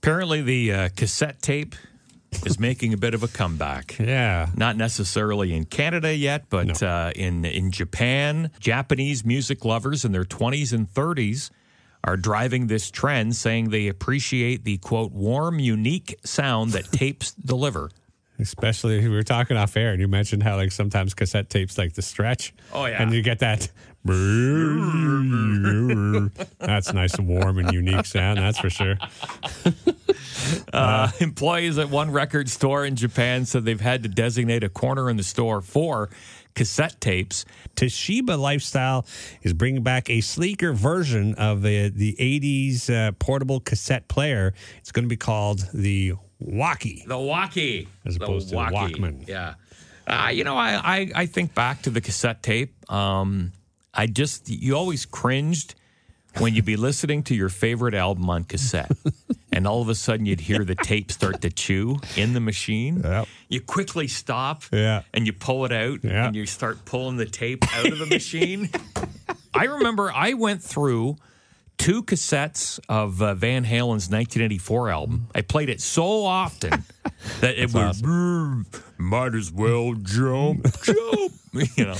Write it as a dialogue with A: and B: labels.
A: Currently, the uh, cassette tape is making a bit of a comeback.
B: Yeah.
A: Not necessarily in Canada yet, but uh, in in Japan, Japanese music lovers in their 20s and 30s are driving this trend, saying they appreciate the quote warm, unique sound that tapes deliver.
B: Especially we were talking off air and you mentioned how like sometimes cassette tapes like to stretch.
A: Oh, yeah.
B: And you get that that's nice and warm and unique sound, that's for sure.
A: Uh, employees at one record store in Japan said they've had to designate a corner in the store for cassette tapes.
B: Toshiba Lifestyle is bringing back a sleeker version of the the 80s uh, portable cassette player. It's going to be called the Walkie.
A: The walkie.
B: As opposed to the Walkman.
A: Yeah. Uh, you know, I, I, I think back to the cassette tape. Um, I just, you always cringed when you'd be listening to your favorite album on cassette. and all of a sudden you'd hear the tape start to chew in the machine. You quickly stop
B: Yeah.
A: and you pull it out
B: Yeah.
A: and you start pulling the tape out of the machine. I remember I went through two cassettes of uh, Van Halen's 1984 album. I played it so often that it was might as well jump, jump. You know,